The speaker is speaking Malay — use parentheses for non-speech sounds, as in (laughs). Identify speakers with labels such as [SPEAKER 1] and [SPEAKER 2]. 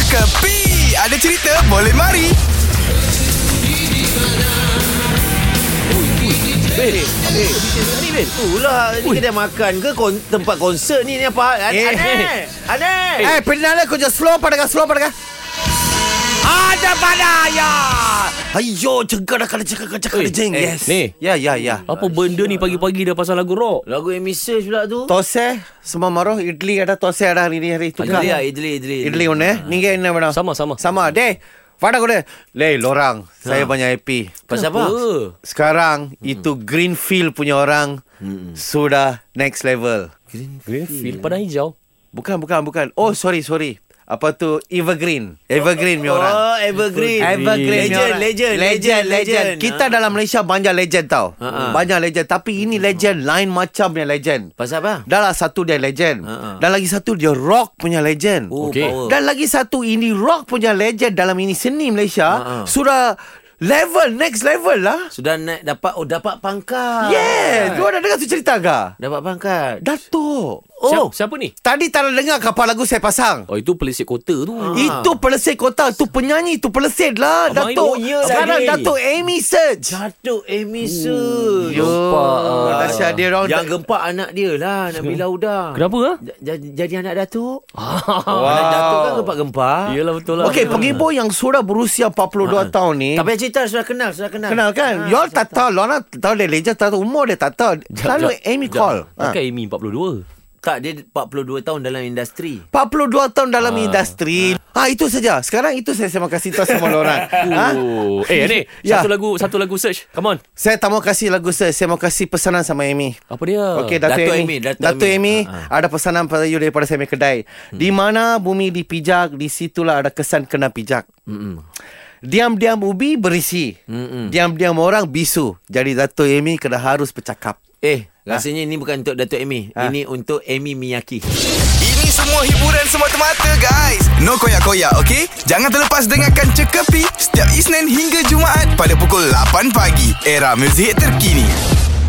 [SPEAKER 1] Kepi Ada cerita boleh mari
[SPEAKER 2] Bil, Bil, ni Bil. Itulah Eh, ni kedai makan ke kon, tempat konsert ni ni apa hal? Ani,
[SPEAKER 3] Eh.
[SPEAKER 2] Ani, Ani.
[SPEAKER 3] Eh, penala கொஞ்சம் slow பண்ணுங்க slow பண்ணுங்க ada padaya. Ayo, cakap dah kena cakap cakap
[SPEAKER 4] Oi.
[SPEAKER 3] jeng.
[SPEAKER 4] Eh,
[SPEAKER 3] Yes.
[SPEAKER 4] ni.
[SPEAKER 3] Ya, ya, ya.
[SPEAKER 4] Apa benda ni pagi-pagi dah pasal lagu rock?
[SPEAKER 2] Lagu Amy Search pula tu.
[SPEAKER 3] Tose, semua maruh idli ada tose ada hari ni hari kan? itu.
[SPEAKER 2] Idli lah, idli, idli.
[SPEAKER 3] Idli ஒண்ணு நீங்க என்ன வேணும்
[SPEAKER 4] Sama, sama.
[SPEAKER 3] sama டேய் வாடா கூட லேய் லorang saya banyak happy
[SPEAKER 2] Pasal apa? Oh,
[SPEAKER 3] sekarang itu greenfield punya orang sudah next level
[SPEAKER 4] Feel lah. padang hijau.
[SPEAKER 3] bukan bukan bukan oh sorry sorry apa tu evergreen evergreen punya orang
[SPEAKER 2] Oh, Evergreen.
[SPEAKER 3] Evergreen punya
[SPEAKER 2] Legend,
[SPEAKER 3] orang.
[SPEAKER 2] legend, legend, legend. Ha?
[SPEAKER 3] Kita
[SPEAKER 2] dah...
[SPEAKER 3] dalam Malaysia banyak legend tau.
[SPEAKER 2] Ha, ha.
[SPEAKER 3] Banyak legend tapi ini legend lain macam punya legend.
[SPEAKER 2] Pasal apa?
[SPEAKER 3] Dah lah satu dia legend.
[SPEAKER 2] Ha, ha.
[SPEAKER 3] Dan lagi satu dia rock punya legend.
[SPEAKER 2] Oh,
[SPEAKER 4] Okey.
[SPEAKER 2] power.
[SPEAKER 3] Dan lagi satu ini rock punya legend dalam ini seni Malaysia
[SPEAKER 2] Ha, ha.
[SPEAKER 3] sudah level next level lah.
[SPEAKER 2] Sudah naik, dapat, oh, dapat pangkat. Ah.
[SPEAKER 3] Yeah, tu ada dengar tu cerita ke?
[SPEAKER 2] Dapat pangkat.
[SPEAKER 3] Datuk.
[SPEAKER 4] Oh.
[SPEAKER 3] Oh,
[SPEAKER 4] Siapa, siapa ni?
[SPEAKER 3] tadi tak nak dengar kapal lagu saya pasang.
[SPEAKER 4] Oh, itu pelisik kota tu.
[SPEAKER 2] Ah.
[SPEAKER 3] Itu pelesit kota Tu penyanyi Tu pelesit lah
[SPEAKER 4] Abang
[SPEAKER 3] Datuk
[SPEAKER 4] Ayu, ya lah
[SPEAKER 3] Sekarang
[SPEAKER 4] dia.
[SPEAKER 3] Datuk Amy Search
[SPEAKER 2] Datuk Amy Search.
[SPEAKER 3] Yo,
[SPEAKER 4] Gempak, ah.
[SPEAKER 3] Dahsyat dia orang
[SPEAKER 2] Yang gempak anak dia lah, Nabila Uda.
[SPEAKER 4] (laughs) Kenapa, ah?
[SPEAKER 2] J- j- Jadi anak Datuk.
[SPEAKER 3] Wow.
[SPEAKER 2] Anak Datuk kan gempak-gempak.
[SPEAKER 4] Yelah, betul lah. Ha,
[SPEAKER 3] Okey, penghibur yang sudah berusia 42 tahun ni
[SPEAKER 2] Tak payah cerita sudah kenal sudah kenal.
[SPEAKER 3] Kenal
[SPEAKER 2] Ha,
[SPEAKER 3] kan? you all tak tahu Lorna tahu dia legend Tak tahu umur dia tak tahu Selalu Amy call ha.
[SPEAKER 4] Bukan Amy 42.
[SPEAKER 2] Tak dia 42 tahun dalam industri.
[SPEAKER 3] 42 tahun dalam industri Ah Itu saja Sekarang itu saya, saya mau kasih tahu semua
[SPEAKER 4] (laughs)
[SPEAKER 3] orang ha?
[SPEAKER 4] Oh. Uh. Eh,
[SPEAKER 2] (laughs)
[SPEAKER 4] ni.
[SPEAKER 3] Ya.
[SPEAKER 4] Satu lagu, satu lagu search. Come on.
[SPEAKER 3] Saya tak mau kasih lagu saya Saya mau kasih pesanan sama Amy
[SPEAKER 4] Apa dia?
[SPEAKER 3] Okey,
[SPEAKER 2] Dato'
[SPEAKER 3] Dato'
[SPEAKER 2] Amy,
[SPEAKER 3] Amy.
[SPEAKER 2] Dato'
[SPEAKER 3] Dato'
[SPEAKER 2] Amy. Ha,
[SPEAKER 3] Amy, ada pesanan pada you daripada saya punya kedai. Di mana bumi dipijak, di situlah ada kesan kena pijak. Diam-diam ubi berisi. Diam-diam orang bisu. Jadi Dato' Amy kena harus bercakap.
[SPEAKER 2] Eh,
[SPEAKER 4] ha.
[SPEAKER 2] rasanya ini bukan untuk Datuk Amy.
[SPEAKER 3] Ha.
[SPEAKER 2] Ini untuk Amy Miyaki.
[SPEAKER 1] Ini semua hiburan semata-mata guys No koyak-koyak ok Jangan terlepas dengarkan Cekapi Setiap Isnin hingga Jumaat Pada pukul 8 pagi Era muzik terkini